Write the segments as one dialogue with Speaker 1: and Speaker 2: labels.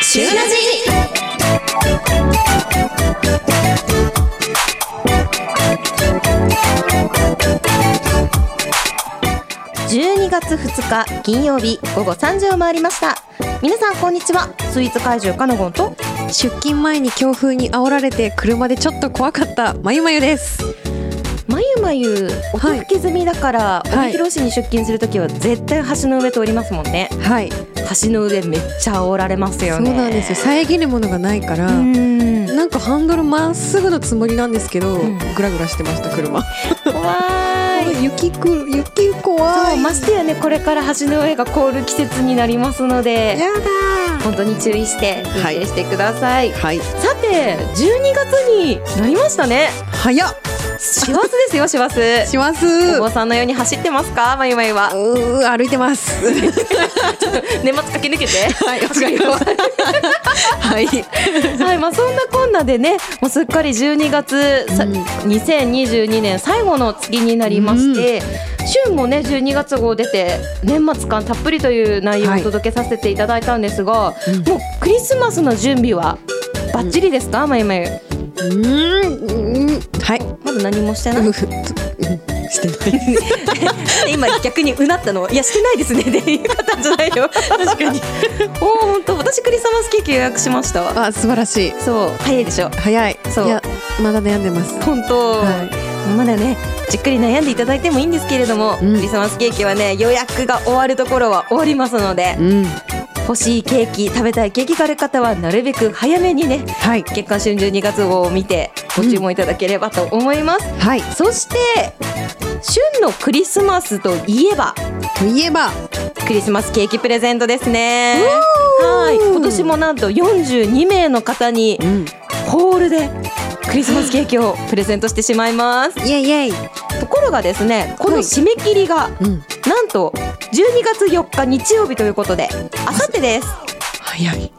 Speaker 1: 週ラジ12月2日金曜日午後3時を回りました皆さんこんにちはスイーツ怪獣かのごんと
Speaker 2: 出勤前に強風に煽られて車でちょっと怖かったまゆまゆです
Speaker 1: まゆまゆお手拭き済みだから、
Speaker 2: はい
Speaker 1: 帯広市に出勤するときは絶対橋の上通りますもんね
Speaker 2: はい
Speaker 1: 橋の上めっちゃ煽られます
Speaker 2: そ
Speaker 1: よ
Speaker 2: う
Speaker 1: ね
Speaker 2: なんですよ遮るものがないから、
Speaker 1: うん
Speaker 2: なんかハンドルまっすぐのつもりなんですけど、
Speaker 1: うん
Speaker 2: グラグラしてました車、
Speaker 1: 怖い
Speaker 2: 雪くる雪怖
Speaker 1: そうましてやねこれから橋の上が凍る季節になりますので
Speaker 2: やだ
Speaker 1: 本当に注意して運
Speaker 2: はい
Speaker 1: 転してください、
Speaker 2: はい
Speaker 1: さて12月になりましたね
Speaker 2: 早っ
Speaker 1: 師走ですよ師走
Speaker 2: します
Speaker 1: お坊さんのように走ってますかまゆまゆは
Speaker 2: うー歩いてます
Speaker 1: 年末駆け抜 けて
Speaker 2: はいわかりましたはい
Speaker 1: はいまあそんなこんなでねもうすっかり12月、さ
Speaker 2: うん
Speaker 1: 2022年最後の月になりまして、週もね12月号出て年末感たっぷりという内容をお届けさせていただいたんですが、
Speaker 2: うん
Speaker 1: もうクリスマスの準備はバッチリですか、まゆまゆ
Speaker 2: うんうんはい
Speaker 1: まだ何もしてな
Speaker 2: う
Speaker 1: い
Speaker 2: んしてない
Speaker 1: 今逆にうなったのいやしてないですねで言い方じゃないよ確かにおお本当私クリスマスケーキ予約しました
Speaker 2: あ素晴らしい
Speaker 1: そう早いでしょ
Speaker 2: 早い
Speaker 1: そう
Speaker 2: いやまだ悩んでます
Speaker 1: 本当、まだねじっくり悩んでいただいてもいいんですけれども、
Speaker 2: うん
Speaker 1: クリスマスケーキはね予約が終わるところは終わりますので、
Speaker 2: うん
Speaker 1: 欲しいケーキ食べたいケーキがある方はなるべく早めにね
Speaker 2: はい
Speaker 1: 月刊春秋2月号を見てご注文いただければと思います、
Speaker 2: はい
Speaker 1: そして旬のクリスマスといえば
Speaker 2: といえば
Speaker 1: クリスマスケーキプレゼントですねはい今年もなんと42名の方に
Speaker 2: うん
Speaker 1: ホールでクリスマスケーキをプレゼントしてしまいます
Speaker 2: イエイイエイ
Speaker 1: ところがですねこの
Speaker 2: はい
Speaker 1: 締め切りが
Speaker 2: うん
Speaker 1: なんと12月4日日曜日ということであさってです
Speaker 2: 早い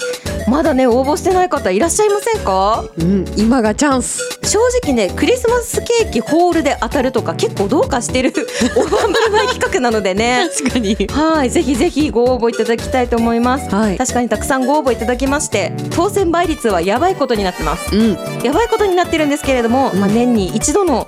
Speaker 1: まだね応募してない方いらっしゃいませんか
Speaker 2: うん今がチャンス
Speaker 1: 正直ねクリスマスケーキホールで当たるとか結構どうかしてる 大盤振る舞い企画なのでね
Speaker 2: 確かに
Speaker 1: はいぜひぜひご応募いただきたいと思います
Speaker 2: はい
Speaker 1: 確かにたくさんご応募いただきまして当選倍率はやばいことになってます
Speaker 2: うん
Speaker 1: やばいことになってるんですけれども、
Speaker 2: うん
Speaker 1: まあ、年に一度の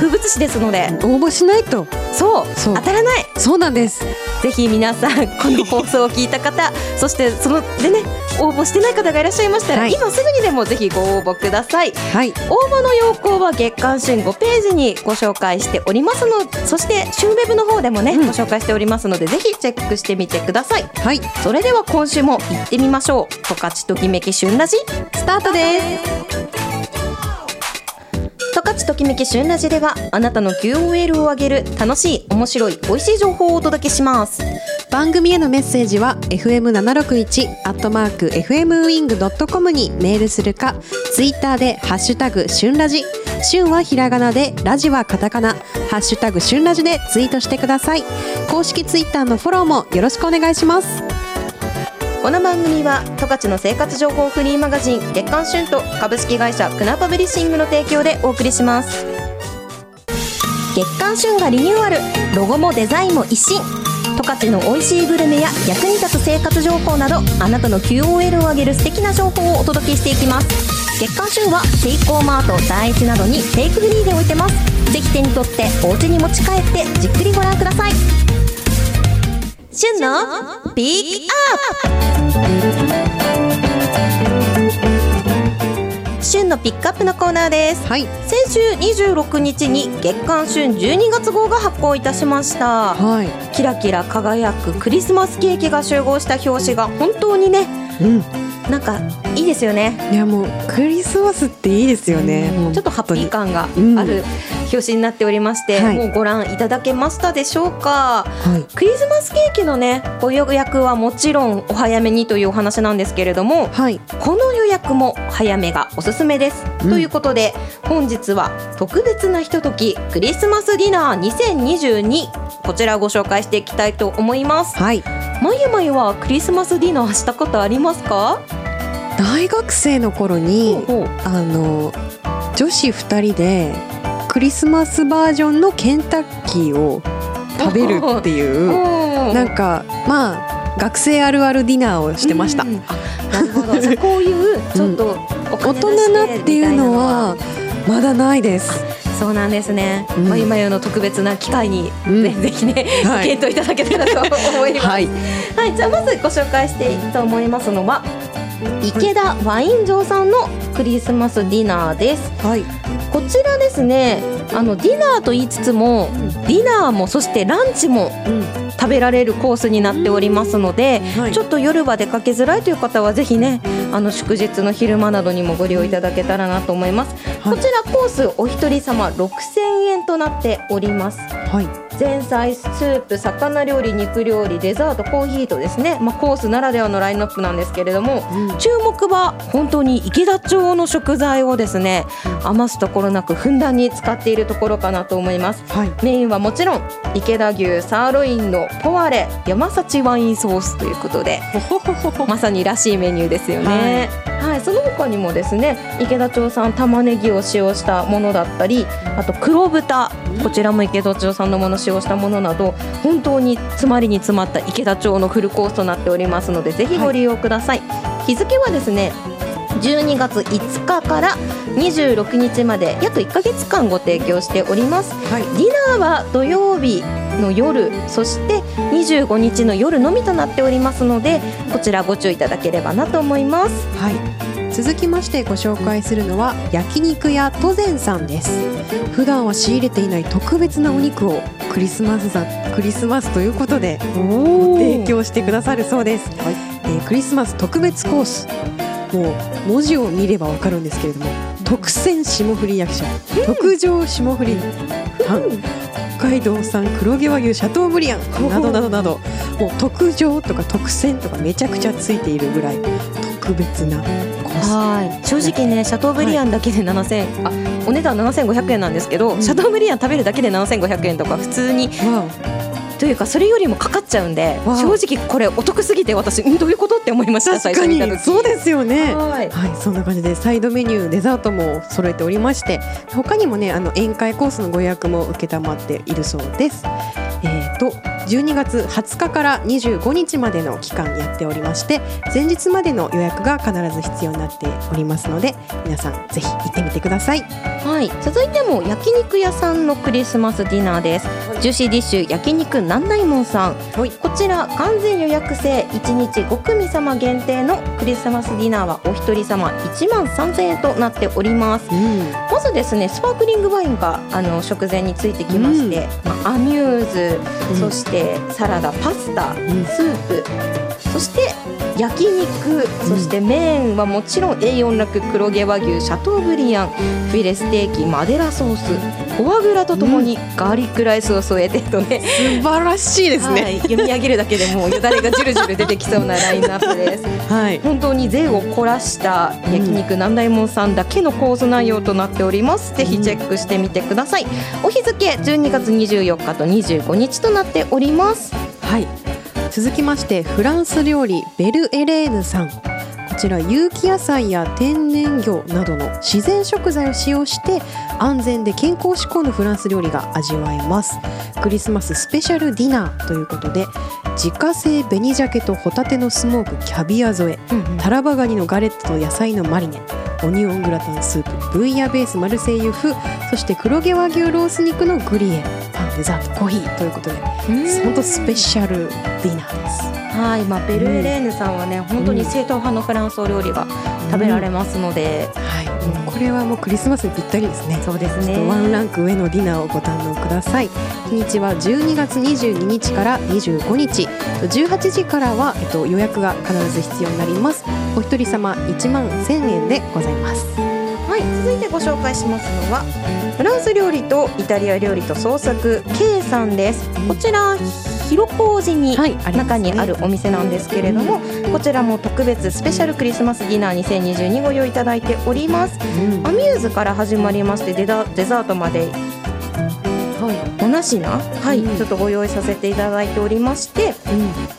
Speaker 1: 風物詩ですので、
Speaker 2: 応募しないと
Speaker 1: そう
Speaker 2: そう
Speaker 1: 当たらない
Speaker 2: そうなんです
Speaker 1: ぜひ皆さ んこの放送を聞いた方そしてそのでね応募してない方がいらっしゃいましたら、
Speaker 2: はい
Speaker 1: 今すぐにでもぜひご応募ください
Speaker 2: はい
Speaker 1: 応募の要項は月刊旬5ページにご紹介しておりますのそして旬ウェブの方でもね、
Speaker 2: うん
Speaker 1: ご紹介しておりますのでぜひチェックしてみてください
Speaker 2: はい
Speaker 1: それでは今週も行ってみましょう十勝ときめき旬ラジスタートです十勝ときめき旬ラジではあなたの QOL を上げる楽しい面白い美味しい情報をお届けします
Speaker 2: 番組へのメッセージは fm761 アットマーク fmwing.com にメールするかツイッターでハッシュタグ旬ラジ旬はひらがなでラジはカタカナハッシュタグ旬ラジでツイートしてください公式ツイッターのフォローもよろしくお願いします
Speaker 1: この番組は十勝の生活情報フリーマガジン月刊旬と株式会社クナパブリッシングの提供でお送りします月刊旬がリニューアルロゴもデザインも一新十勝の美味しいグルメや役に立つ生活情報などあなたの QOL を上げる素敵な情報をお届けしていきます月刊旬はセイコーマート第一などにテイクフリーで置いてますぜひ手に取ってお家に持ち帰ってじっくりご覧ください旬のピックアップ旬のピックアップのコーナーです
Speaker 2: はい
Speaker 1: 先週26日に月刊旬12月号が発行いたしました
Speaker 2: はい
Speaker 1: キラキラ輝くクリスマスケーキが集合した表紙が本当にね
Speaker 2: うん
Speaker 1: なんかいいですよね
Speaker 2: いやもうクリスマスっていいですよねもう
Speaker 1: ちょっとハッピー感が
Speaker 2: うん
Speaker 1: ある表紙になっておりまして、
Speaker 2: はい
Speaker 1: もうご覧いただけましたでしょうか
Speaker 2: はい
Speaker 1: クリスマスケーキのねご予約はもちろんお早めにというお話なんですけれども
Speaker 2: はい
Speaker 1: この予約も早めがおすすめです、
Speaker 2: うん
Speaker 1: ということで本日は特別なひとときクリスマスディナー2022こちらをご紹介していきたいと思います
Speaker 2: はい
Speaker 1: まゆまゆはクリスマスディナーしたことありますか
Speaker 2: 大学生の頃にあの女子2人でクリスマスバージョンのケンタッキーを食べるっていう
Speaker 1: な
Speaker 2: なんかまあ学生あるあるディナーをしてました、
Speaker 1: うんあなるほどじゃあこういうちょっとお金出し
Speaker 2: 大
Speaker 1: て
Speaker 2: 人なっていうのはまだないです。
Speaker 1: そうなんですね、
Speaker 2: うん
Speaker 1: まゆまゆの特別な機会に、
Speaker 2: うん
Speaker 1: ねぜひね、
Speaker 2: はい
Speaker 1: 検討いただけたらと思います、
Speaker 2: はい、
Speaker 1: はい、じゃあまずご紹介していきたいと思いますのは池田ワイン城さんのクリスマスディナーです
Speaker 2: はい、
Speaker 1: こちらですねあのディナーと言いつつもディナーもそしてランチも
Speaker 2: うん、
Speaker 1: 食べられるコースになっておりますので、
Speaker 2: はい
Speaker 1: ちょっと夜は出かけづらいという方はぜひねあの祝日の昼間などにもご利用いただけたらなと思います、
Speaker 2: は
Speaker 1: こ
Speaker 2: い
Speaker 1: ちらコースお一人様6000円となっております
Speaker 2: はい、
Speaker 1: 前菜スープ魚料理肉料理デザートコーヒーとですね、まあ、コースならではのラインナップなんですけれども
Speaker 2: うん
Speaker 1: 注目は本当に池田町の食材をですね余すところなくふんだんに使っているところかなと思います
Speaker 2: はい、
Speaker 1: メインはもちろん池田牛サーロインのポワレ山幸ワインソースということで
Speaker 2: ほほほほ ほ
Speaker 1: まさにらしいメニューですよね。はい、その他にもですね池田町産玉ねぎを使用したものだったりあと黒豚こちらも池田町産のものを使用したものなど本当に詰まりに詰まった池田町のフルコースとなっておりますのでぜひご利用ください、日付はですね12月5日から26日まで約1ヶ月間ご提供しております
Speaker 2: はい、
Speaker 1: ディナーは土曜日の夜そして25日の夜のみとなっておりますのでこちらご注意いただければなと思います
Speaker 2: はい、続きましてご紹介するのは焼肉屋都膳さんです普段は仕入れていない特別なお肉をクリスマスだクリスマスということで
Speaker 1: お
Speaker 2: 提供してくださるそうです、
Speaker 1: はい
Speaker 2: えークリスマス特別コースもう文字を見ればわかるんですけれども特選霜降り焼きそば特上霜降りパン北海道産黒毛和牛シャトーブリアンなどなどなどもう特上とか特選とかめちゃくちゃついているぐらい特別なコース
Speaker 1: はい正直ねシャトーブリアンだけで7000、あお値段7500円なんですけど、
Speaker 2: うん
Speaker 1: シャトーブリアン食べるだけで7500円とか普通に
Speaker 2: わ
Speaker 1: というかそれよりもかかっちゃうんで
Speaker 2: わあ
Speaker 1: 正直これお得すぎて私んどういうことって思いました
Speaker 2: 確かに
Speaker 1: 最初見た時
Speaker 2: そうですよねは
Speaker 1: はい
Speaker 2: いそんな感じでサイドメニューデザートも揃えておりまして他にもねあの宴会コースのご予約も承っているそうですえー、と12月20日から25日までの期間やっておりまして前日までの予約が必ず必要になっておりますので皆さんぜひ行ってみてください
Speaker 1: はい、続いても焼肉屋さんのクリスマスディナーです、ジューシーディッシュ焼肉南大門さん、
Speaker 2: はい
Speaker 1: こちら完全予約制1日5組様限定のクリスマスディナーはお一人様1万3000円となっております
Speaker 2: うん
Speaker 1: まずですねスパークリングワインがあの食前についてきまして、まあアミューズ、
Speaker 2: うん
Speaker 1: そしてサラダパスタ、
Speaker 2: ん
Speaker 1: スープそして焼肉そして麺はもちろん A4 楽黒毛和牛シャトーブリアンフィレステーキマデラソースフォアグラとともにガーリックライスを添えてとね
Speaker 2: 素晴らしいです
Speaker 1: は
Speaker 2: ね
Speaker 1: い読み上げるだけでもうよだれがジュルジュル出てきそうなラインナップ です
Speaker 2: はい、
Speaker 1: 本当に贅を凝らした焼肉南大門さんだけのコース内容となっております、ぜひチェックしてみてくださいお日付12月24日と25日となっております
Speaker 2: はい、続きましてフランス料理ベルエレーヌさんこちら有機野菜や天然魚などの自然食材を使用して安全で健康志向のフランス料理が味わえますクリスマススペシャルディナーということで自家製紅鮭とホタテのスモークキャビア添えタラバガニのガレットと野菜のマリネオニオングラタンスープブイヤベースマルセイユ風そして黒毛和牛ロース肉のグリエパンデザートコーヒーということで本当スペシャルディナーです。
Speaker 1: はい、まあ、ベルエレーヌさんはね、本当に正統派のフランス料理が食べられますので、
Speaker 2: はい、もうこれはもうクリスマスにぴったりですね。
Speaker 1: そうですね
Speaker 2: ちょっとワンランク上のディナーをご堪能ください。日にちは12月22日から25日、18時からはえっと予約が必ず必要になります。お一人様1万1000円でございます。
Speaker 1: はい、続いてご紹介しますのはフランス料理とイタリア料理と創作 K さんですこちら広小路に
Speaker 2: い、あります
Speaker 1: 中
Speaker 2: ね
Speaker 1: にあるお店なんですけれども、こちらも特別スペシャルクリスマスディナー2022ご用意いただいております
Speaker 2: うん
Speaker 1: アミューズから始まりましてデザデザートまで
Speaker 2: は
Speaker 1: 7品、はい
Speaker 2: うん
Speaker 1: ちょっとご用意させていただいておりまして
Speaker 2: い、うん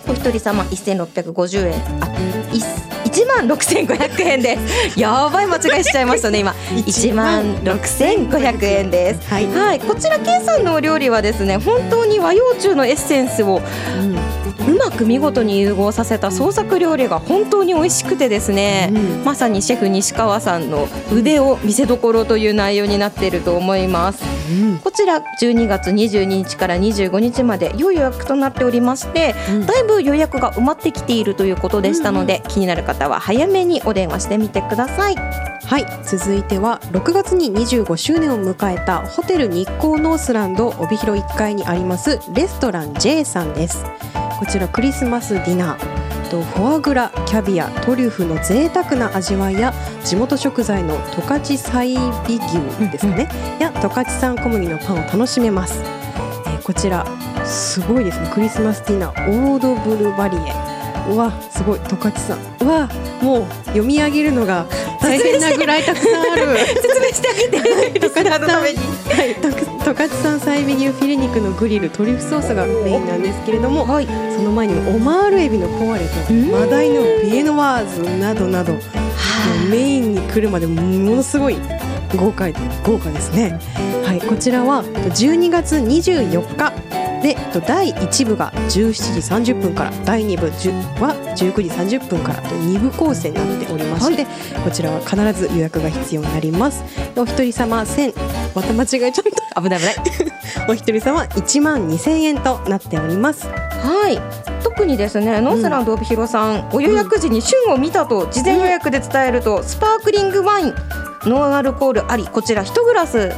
Speaker 1: お一人様1650円あい1万6500円ですやばい間違えしちゃいましたね今1万6500円です
Speaker 2: はい、
Speaker 1: はいこちら K さんのお料理はですね本当に和洋中のエッセンスを
Speaker 2: うん
Speaker 1: うまく見事に融合させた創作料理が本当に美味しくてですね、
Speaker 2: うん
Speaker 1: まさにシェフ西川さんの腕を見せどころという内容になっていると思います
Speaker 2: うん
Speaker 1: こちら12月22日から25日まで良い予約となっておりまして
Speaker 2: うん
Speaker 1: だいぶ予約が埋まってきているということでしたので、気になる方は早めにお電話してみてください
Speaker 2: はい続いては6月に25周年を迎えたホテル日光ノースランド帯広1階にありますレストラン J さんですこちらクリスマスディナーとフォアグラキャビアトリュフの贅沢な味わいや地元食材の十勝最尾牛ですかね、や十勝産小麦のパンを楽しめます、えーこちらすごいですねクリスマスディナーオードブルバリエうわすごい十勝さんうわもう読み上げるのが大変なぐらいたくさんある
Speaker 1: 説明してあげてリスナーのために
Speaker 2: はいと 十勝産サイビ牛フィレ肉のグリルトリュフソースがメインなんですけれども
Speaker 1: はい
Speaker 2: その前にもオマールエビのポワレ
Speaker 1: う
Speaker 2: と
Speaker 1: ん
Speaker 2: マダイのビエノワーズなどなどもうメインに来るまでものすごい豪快で豪華ですねはいこちらは12月24日で第1部が17時30分から第2部10は19時30分からと2部構成になっておりまして、こちらは必ず予約が必要になりますお一人様1000また間違えちゃっ
Speaker 1: 危ない危ない
Speaker 2: た お一人様1万2000円となっております
Speaker 1: はい特にですねノースランド帯広さん、お予約時に旬を見たと事前予約で伝えると、スパークリングワインノンアルコールありこちら1グラス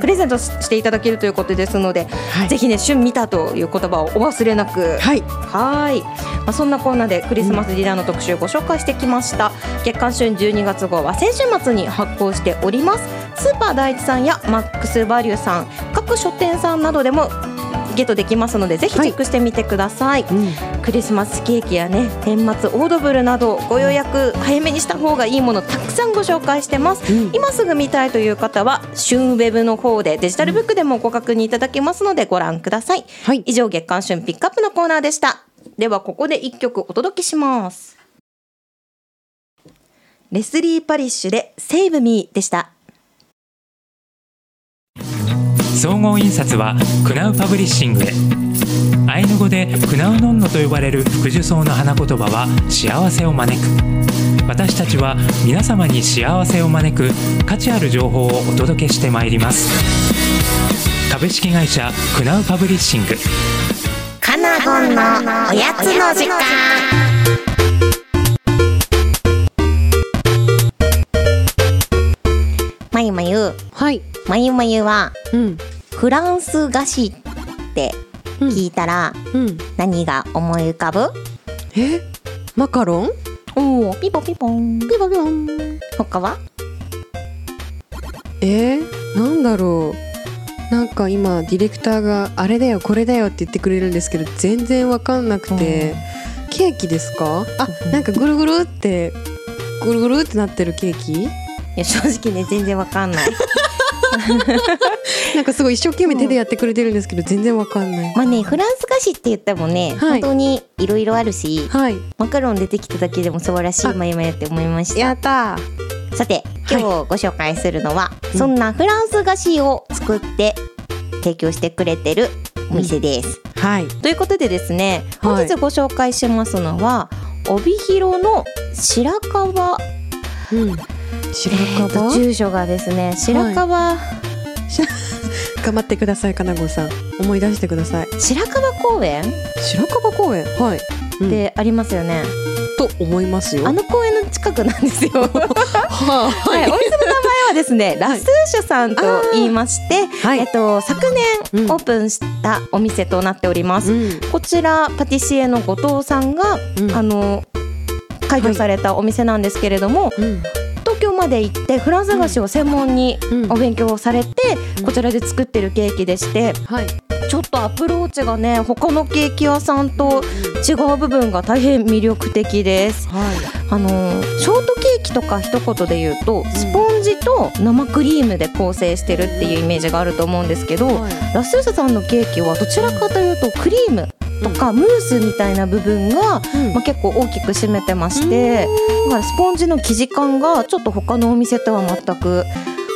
Speaker 1: プレゼントししていただけるということですので、
Speaker 2: はい
Speaker 1: ぜひね旬見たという言葉をお忘れなく
Speaker 2: はい
Speaker 1: はい、まあ、そんなコーナーでクリスマスディナーの特集をご紹介してきました、月刊旬12月号は先週末に発行しておりますスーパー第一さんやマックスバリューさん各書店さんなどでもゲットできますのでぜひチェックしてみてください、
Speaker 2: うん
Speaker 1: クリスマスケーキやね年末オードブルなどご予約早めにした方がいいものたくさんご紹介してます、
Speaker 2: うん
Speaker 1: 今すぐ見たいという方は旬ウェブの方でデジタルブックでもご確認いただけますのでご覧ください、
Speaker 2: はい
Speaker 1: 以上月刊旬ピックアップのコーナーでしたではここで一曲お届けしますレスリー・パリッシュで「セーブ・ミー」でした
Speaker 3: 総合印刷はクナウパブリッシングへアイヌ語でクナウノンノと呼ばれる福寿草の花言葉は幸せを招く私たちは皆様に幸せを招く価値ある情報をお届けしてまいります株式会社クナウパブリッシング
Speaker 4: かなごんのおやつの時間
Speaker 1: まゆまゆ
Speaker 2: はい
Speaker 1: まゆまゆは
Speaker 2: うん
Speaker 1: フランス菓子って聞いたら
Speaker 2: うん
Speaker 1: 何が思い浮かぶ、
Speaker 2: えマカロン
Speaker 1: おおピポピポン
Speaker 2: ピバピバン
Speaker 1: 他は
Speaker 2: えー、なんだろうなんか今ディレクターがあれだよこれだよって言ってくれるんですけど全然わかんなくて、ケーキですかあなんかぐるぐるってぐるぐるってなってるケーキ
Speaker 1: いや正直ね全然わかんない
Speaker 2: なんかすごい一生懸命手でやってくれてるんですけど全然わかんない
Speaker 1: まあねフランス菓子って言ってもね、
Speaker 2: は
Speaker 1: 本
Speaker 2: い
Speaker 1: 当にいろいろあるし
Speaker 2: はい
Speaker 1: マカロン出てきただけでも素晴らし
Speaker 2: あ
Speaker 1: いまゆまゆって思いました
Speaker 2: やった
Speaker 1: さて今日ご紹介するのは、そんなフランス菓子を作って提供してくれてるお店です。
Speaker 2: ーはい
Speaker 1: ということでですね
Speaker 2: はい
Speaker 1: 本日ご紹介しますのは、帯広の白川
Speaker 2: うん白
Speaker 1: えーと
Speaker 2: 樺、
Speaker 1: 住所がですね白川、
Speaker 2: 頑張ってくださいかなごさん思い出してください
Speaker 1: 白川公園
Speaker 2: 白樺公園はいうん
Speaker 1: ってありますよね、
Speaker 2: と思いますよ
Speaker 1: あの公園の近くなん ですよは、お
Speaker 2: はい
Speaker 1: 店の名前はですねラスーシュさんと言いまして、
Speaker 2: はい
Speaker 1: えっと昨
Speaker 2: う
Speaker 1: 年
Speaker 2: ん
Speaker 1: オープンしたお店となっております、
Speaker 2: うん
Speaker 1: こちらパティシエの後藤さんが、
Speaker 2: うん
Speaker 1: あの開業されたお店なんですけれども、
Speaker 2: うん
Speaker 1: 東京まで行ってフランス菓子を専門に
Speaker 2: うん
Speaker 1: お勉強をされて、
Speaker 2: うん
Speaker 1: こちらで作ってるケーキでして
Speaker 2: はい
Speaker 1: ちょっとアプローチがね他のケーキ屋さんと違う部分が大変魅力的です。
Speaker 2: はい
Speaker 1: あのショートケーキとか一言で言うとスポンジと生クリームで構成してるっていうイメージがあると思うんですけど、ラスーシャさんのケーキはどちらかというとクリームとかムースみたいな部分が、
Speaker 2: うん
Speaker 1: まあ、結構大きく占めてましてだからスポンジの生地感がちょっと他のお店とは全く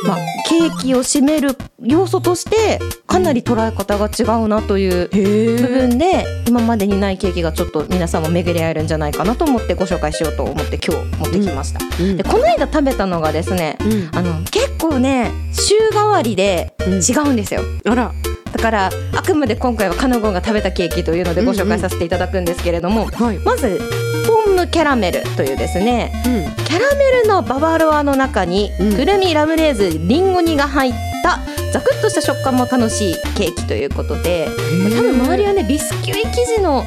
Speaker 1: まあ、ケーキを占める要素としてかなり捉え方が違うなという部分で今までにないケーキがちょっと皆さんも巡り合えるんじゃないかなと思ってご紹介しようと思って今日持ってきました。
Speaker 2: うん
Speaker 1: でこの間食べたのがですね
Speaker 2: うん
Speaker 1: あの結構ね週替わりで違うんですよ。
Speaker 2: あら
Speaker 1: だからあくまで今回はカナゴンが食べたケーキというのでご紹介させていただくんですけれども、
Speaker 2: はい、うん、
Speaker 1: まずポンムキャラメルというですねキャラメルのババロアの中に、
Speaker 2: うん
Speaker 1: くるみラムレーズリンゴ煮が入ったザクッとした食感も楽しいケーキということで多分周りはねビスキュイ生地の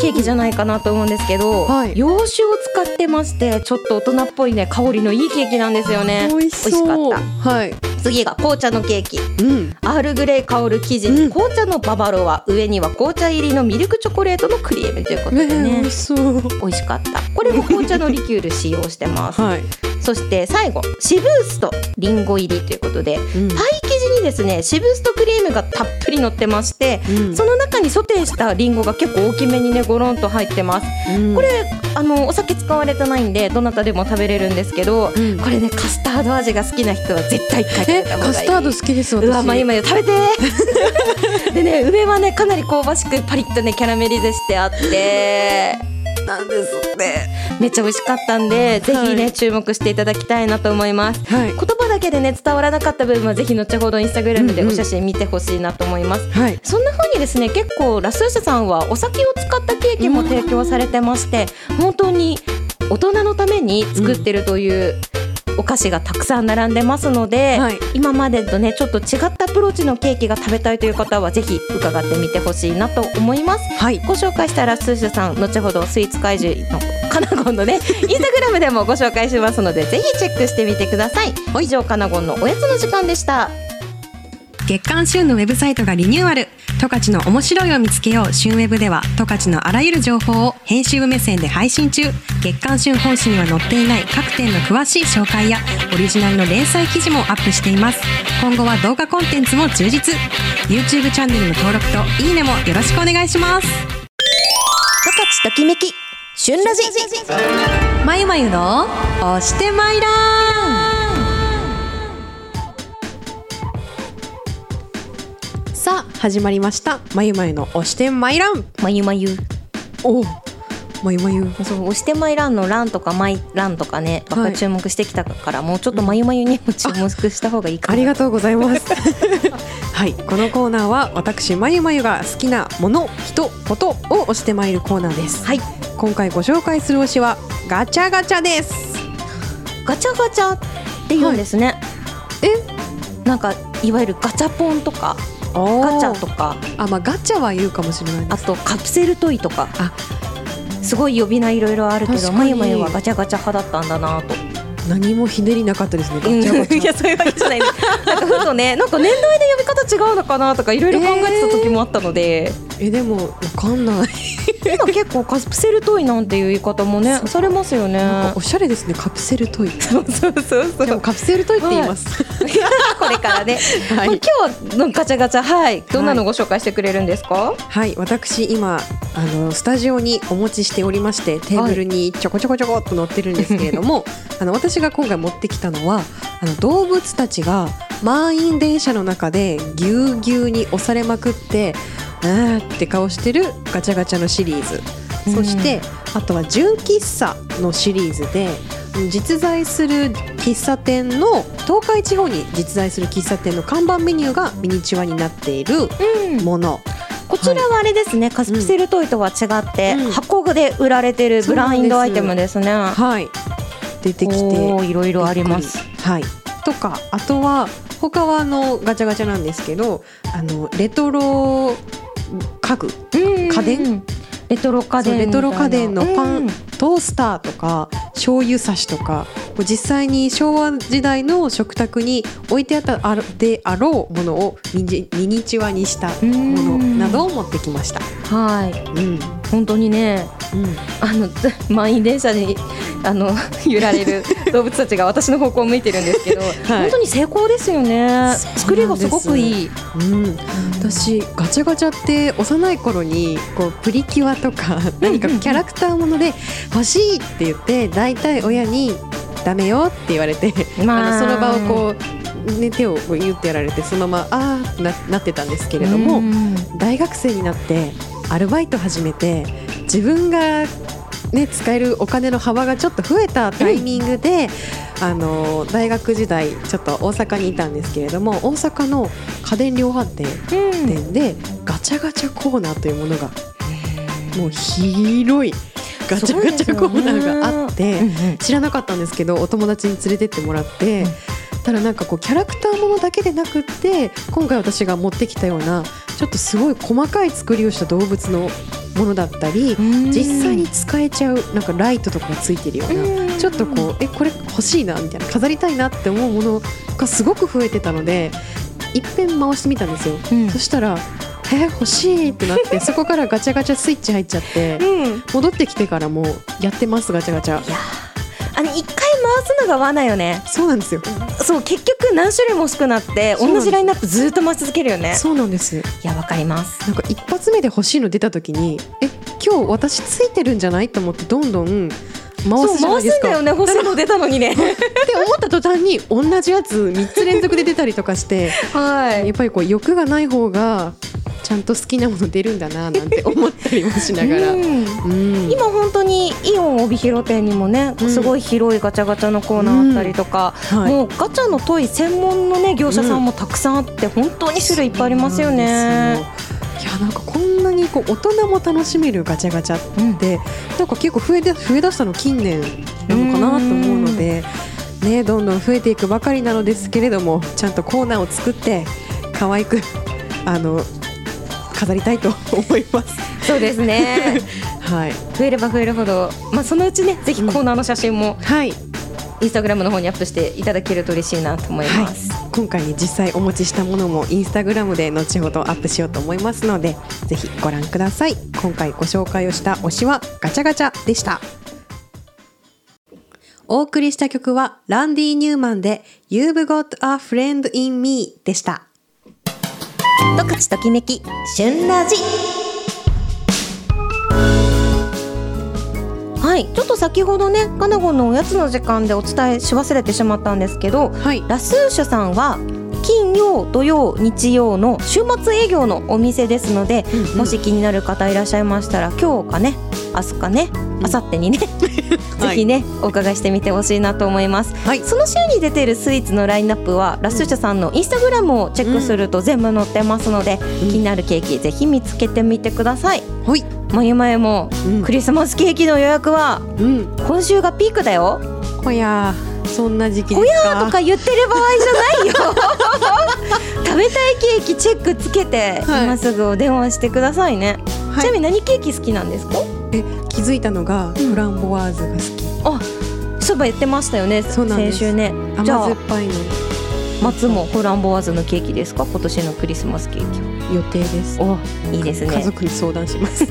Speaker 1: ケーキじゃないかなと思うんですけど、
Speaker 2: はい
Speaker 1: 洋酒を使ってましてちょっと大人っぽいね香りのいいケーキなんですよね
Speaker 2: 美味しそう
Speaker 1: 美味しかっ
Speaker 2: はい
Speaker 1: 次が紅茶のケーキ
Speaker 2: うん
Speaker 1: アールグレイ香る生地
Speaker 2: う
Speaker 1: に
Speaker 2: ん
Speaker 1: 紅茶のババロア、上には紅茶入りのミルクチョコレートのクリームということで
Speaker 2: えー
Speaker 1: ね
Speaker 2: 美味しそう
Speaker 1: 美味しかったこれも紅茶のリキュール使用してます
Speaker 2: はい、
Speaker 1: そして最後シブースとリンゴ入りということで
Speaker 2: うん
Speaker 1: パイ生地にですねシブースとクリームがたっぷり乗ってまして
Speaker 2: うん
Speaker 1: その中にソテーしたリンゴが結構大きめにねゴロンと入ってます
Speaker 2: うん
Speaker 1: これあのお酒使われてないんでどなたでも食べれるんですけど
Speaker 2: うん
Speaker 1: これねカスタード味が好きな人は絶対一回食
Speaker 2: え
Speaker 1: べた方がいい
Speaker 2: カスタード好きです私
Speaker 1: うわまゆまゆ食べて ーでね上はねかなり香ばしくパリッとねキャラメリゼしてあって
Speaker 2: なんですね
Speaker 1: めっちゃ美味しかったんでぜひね、
Speaker 2: はい
Speaker 1: 注目していただきたいなと思います
Speaker 2: はい
Speaker 1: 言葉だけでね伝わらなかった部分はぜひ後ほどインスタグラムで
Speaker 2: うんう
Speaker 1: お
Speaker 2: ん
Speaker 1: 写真見てほしいなと思います、
Speaker 2: はい
Speaker 1: そんな風にですね結構ラスーシャさんはお酒を使ったケーキも提供されてまして本当に大人のために作ってるというお菓子がたくさん並んでますので、
Speaker 2: はい
Speaker 1: 今までとねちょっと違ったアプローチのケーキが食べたいという方はぜひ伺ってみてほしいなと思います
Speaker 2: はい
Speaker 1: ご紹介したラスーシャさん後ほどスイーツ怪獣のカナゴンの ねインスタグラムでもご紹介しますのでぜひチェックしてみてください以上カナゴンのおやつの時間でした
Speaker 2: 月刊旬のウェブサイトがリニューアル十勝の面白いを見つけよう旬ウェブでは十勝のあらゆる情報を編集部目線で配信中月刊旬本誌には載っていない各店の詳しい紹介やオリジナルの連載記事もアップしています今後は動画コンテンツも充実 YouTube チャンネルの登録といいねもよろしくお願いします
Speaker 1: 十勝ときめき旬ラジ
Speaker 2: まゆまゆの押してまいらんさあ始まりましたまゆまゆの押してまいらん
Speaker 1: まゆまゆ
Speaker 2: おまゆまゆ
Speaker 1: そう押してまいらんのランとかマイランとかねばっかり注目してきたから、もうちょっとまゆまゆにも注目した方がいいか
Speaker 2: あ
Speaker 1: な
Speaker 2: りがとうございます はいこのコーナーは私まゆまゆが好きなもの人ことを押してまいるコーナーです
Speaker 1: はい
Speaker 2: 今回ご紹介する推しはガチャガチャです
Speaker 1: ガチャガチャって言うんですね、えなんかいわゆるガチャポンとかガチャとか
Speaker 2: あまあガチャは言うかもしれない
Speaker 1: あとカプセルトイとか
Speaker 2: あ
Speaker 1: すごい呼び名いろいろあるけ
Speaker 2: 確
Speaker 1: ど
Speaker 2: か
Speaker 1: ま
Speaker 2: に
Speaker 1: ゆまゆはガチャガチャ派だったんだなと
Speaker 2: 何もひねりなかったですねガチャガチ ャ
Speaker 1: いやそういうわけじゃないですなんかふと ねなんか年代で呼び方違うのかなとかいろいろ考えてた時もあったので、
Speaker 2: えでもわかんない
Speaker 1: 今結構カプセルトイなんていう言い方もね
Speaker 2: そう
Speaker 1: されますよね
Speaker 2: なんかおしゃれですねカプセル トイ
Speaker 1: そうそうそうそう
Speaker 2: でも カプセルトイって言います、
Speaker 1: これからね、
Speaker 2: は
Speaker 1: まあ、今日のガチャガチャはいどんなのご紹介してくれるんですか、
Speaker 2: はい、私今あのスタジオにお持ちしておりましてテーブルにちょこちょこちょこっと乗ってるんですけれど も、あの私が今回持ってきたのはあの動物たちが満員電車の中でぎゅうぎゅうに押されまくってあーって顔してるガチャガチャのシリーズ、そしてあとは純喫茶のシリーズで実在する喫茶店の東海地方に実在する喫茶店の看板メニューがミニチュアになっている
Speaker 1: うん
Speaker 2: もの。
Speaker 1: こちらはあれですね、カプセルトイとは違って、
Speaker 2: うん
Speaker 1: 箱で売られてるブラインドアイテムですね。
Speaker 2: はい、出てきて
Speaker 1: おーいろいろあります。
Speaker 2: びっくりはい、とかあとは他はあのガチャガチャなんですけどあのレトロ家具
Speaker 1: 家
Speaker 2: 家電
Speaker 1: レトロ家電みたいな
Speaker 2: そうレトロ家電のパン
Speaker 1: うん
Speaker 2: トースターとか醤油差しとかこう実際に昭和時代の食卓に置いてあったあるであろうものをミニミニチュアにしたものなどを持ってきました。
Speaker 1: はい
Speaker 2: うんうん
Speaker 1: 本当にねあの 満員電車にあ の揺られる動物たちが私の方向を向いてるんですけ ど、本当に成功ですよね
Speaker 2: そうなんです
Speaker 1: 作りがすごくいい
Speaker 2: うん、私ガチャガチャって幼い頃にこうプリキュアとか何かキャラクターもので欲しいって言って大体親に「ダメよ」って言われて、
Speaker 1: まあ
Speaker 2: あのその場をこうね、手をこう言ってやられてそのままああななってたんですけれども、
Speaker 1: うん
Speaker 2: 大学生になってアルバイト始めて自分が、ね、使えるお金の幅がちょっと増えたタイミングで、あの大学時代ちょっと大阪にいたんですけれども大阪の家電量販店店でガチャガチャコーナーというものがもう広いガチャガチャコーナーがあって。知らなかったんですけどお友達に連れてってもらって、ただなんかこうキャラクターものだけでなくって今回私が持ってきたようなちょっとすごい細かい作りをした動物のものだったり、実際に使えちゃうなんかライトとかがついてるような、ちょっとこうえこれ欲しいなみたいな飾りたいなって思うものがすごく増えてたのでいっぺん回してみたんですよ。
Speaker 1: うん
Speaker 2: そしたらえ欲しいってなって そこからガチャガチャスイッチ入っちゃって
Speaker 1: うん
Speaker 2: 戻ってきてからもやってますガチャガチャ
Speaker 1: いやーあの一回回すのが罠よね
Speaker 2: そうなんですよ
Speaker 1: そう結局何種類も欲しくなって
Speaker 2: そうなん
Speaker 1: 同
Speaker 2: です
Speaker 1: じラインナップずっと回し続けるよね
Speaker 2: そうなんです
Speaker 1: いやわかります
Speaker 2: なんか一発目で欲しいの出た時にえ今日私ついてるんじゃないと思ってどんどん回
Speaker 1: そ
Speaker 2: す
Speaker 1: う
Speaker 2: じゃな
Speaker 1: 回
Speaker 2: いですす
Speaker 1: ん
Speaker 2: か
Speaker 1: だよね欲しいの出たのにね
Speaker 2: って思った途端に同じやつ3つ連続で出たりと かして
Speaker 1: は
Speaker 2: やっぱりこう欲がない方がちゃんと好きなもの出るんだななんて思ったりもしながら。
Speaker 1: うん
Speaker 2: うん
Speaker 1: 今本当にイオン帯広店にもね、
Speaker 2: うん
Speaker 1: すごい広いガチャガチャのコーナーあったりとか、
Speaker 2: はい
Speaker 1: もうガチャのトイ専門のね業者さんもたくさんあって、本当に種類いっぱいありますよ
Speaker 2: そう
Speaker 1: ね。
Speaker 2: なんですよ。いやなんかこんなにこう大人も楽しめるガチャガチャって、なんか結構増えで増えだしたの近年なのかなと思うので、ねどんどん増えていくばかりなのですけれどもちゃんとコーナーを作って可愛くあの飾りたいと思います。
Speaker 1: そうです ね
Speaker 2: はい
Speaker 1: 増えれば増えるほど、まあ、そのうちねぜひコーナーの写真も
Speaker 2: はい
Speaker 1: インスタグラムの方にアップしていただけると嬉しいなと思います。
Speaker 2: はい、今回に実際お持ちしたものもインスタグラムで後ほどアップしようと思いますのでぜひご覧ください今回ご紹介をした推しはガチャガチャでしたお送りした曲はランディ・ニューマンで You've got a friend in me でした
Speaker 1: とかちときめき旬ラジはいちょっと先ほどねカナゴンのおやつの時間でお伝えし忘れてしまったんですけど
Speaker 2: はい
Speaker 1: ラスーシュさんは金曜土曜日曜の週末営業のお店ですので、
Speaker 2: うんうん
Speaker 1: もし気になる方いらっしゃいましたら今日かね明日かね明後日 にね、ぜひねお伺いしてみてほしいなと思います
Speaker 2: はい
Speaker 1: その週に出てるスイーツのラインナップはラスーシャさんのインスタグラムをチェックすると全部載ってますので、
Speaker 2: うん
Speaker 1: 気になるケーキぜひ見つけてみてください
Speaker 2: ほい
Speaker 1: まゆまゆも
Speaker 2: うん
Speaker 1: クリスマスケーキの予約は
Speaker 2: うん
Speaker 1: 今週がピークだよ
Speaker 2: ほやーそんな時期ですか
Speaker 1: ほやーとか言ってる場 合じゃないよ食べたいケーキチェックつけて、
Speaker 2: はい
Speaker 1: 今すぐお電話してくださいね、
Speaker 2: はい
Speaker 1: ちなみに何ケーキ好きなんですか
Speaker 2: 気づいたのがフランボワーズが好き、
Speaker 1: そういえば言ってましたよね
Speaker 2: そうなんで
Speaker 1: 先
Speaker 2: す
Speaker 1: 週ね
Speaker 2: 甘
Speaker 1: じゃあ
Speaker 2: 酸っぱいの
Speaker 1: 松もフランボワーズのケーキですか今年のクリスマスケーキ
Speaker 2: 予定です
Speaker 1: おいいです
Speaker 2: 家
Speaker 1: ね
Speaker 2: 族に相談します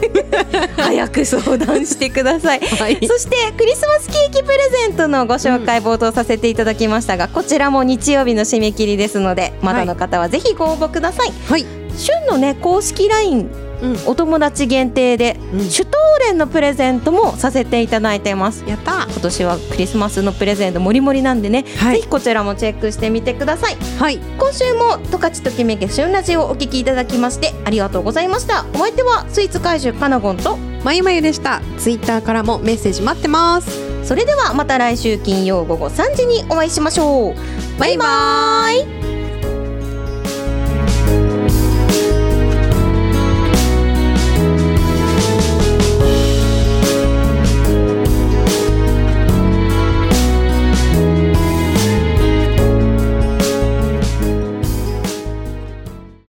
Speaker 1: 早く相談してください
Speaker 2: はい
Speaker 1: そしてクリスマスケーキプレゼントのご紹介冒頭させていただきましたが、こちらも日曜日の締め切りですのでまだの方はぜひご応募ください、
Speaker 2: はい
Speaker 1: 旬のね公式 LINE
Speaker 2: うん
Speaker 1: お友達限定で、
Speaker 2: うん
Speaker 1: シュトーレンのプレゼントもさせていただいてます
Speaker 2: やっ
Speaker 1: 今
Speaker 2: た
Speaker 1: 年はクリスマスのプレゼントもりもりなんでね、
Speaker 2: はい
Speaker 1: ぜひこちらもチェックしてみてください
Speaker 2: はい
Speaker 1: 今週も「十勝ときめけ旬ラジオ」をお聞きいただきましてありがとうございましたお相手はスイーツ怪獣カナゴンと
Speaker 2: まゆまゆでしたツイッターからもメッセージ待ってます
Speaker 1: それではまた来週金曜午後3時にお会いしましょうバイバーイ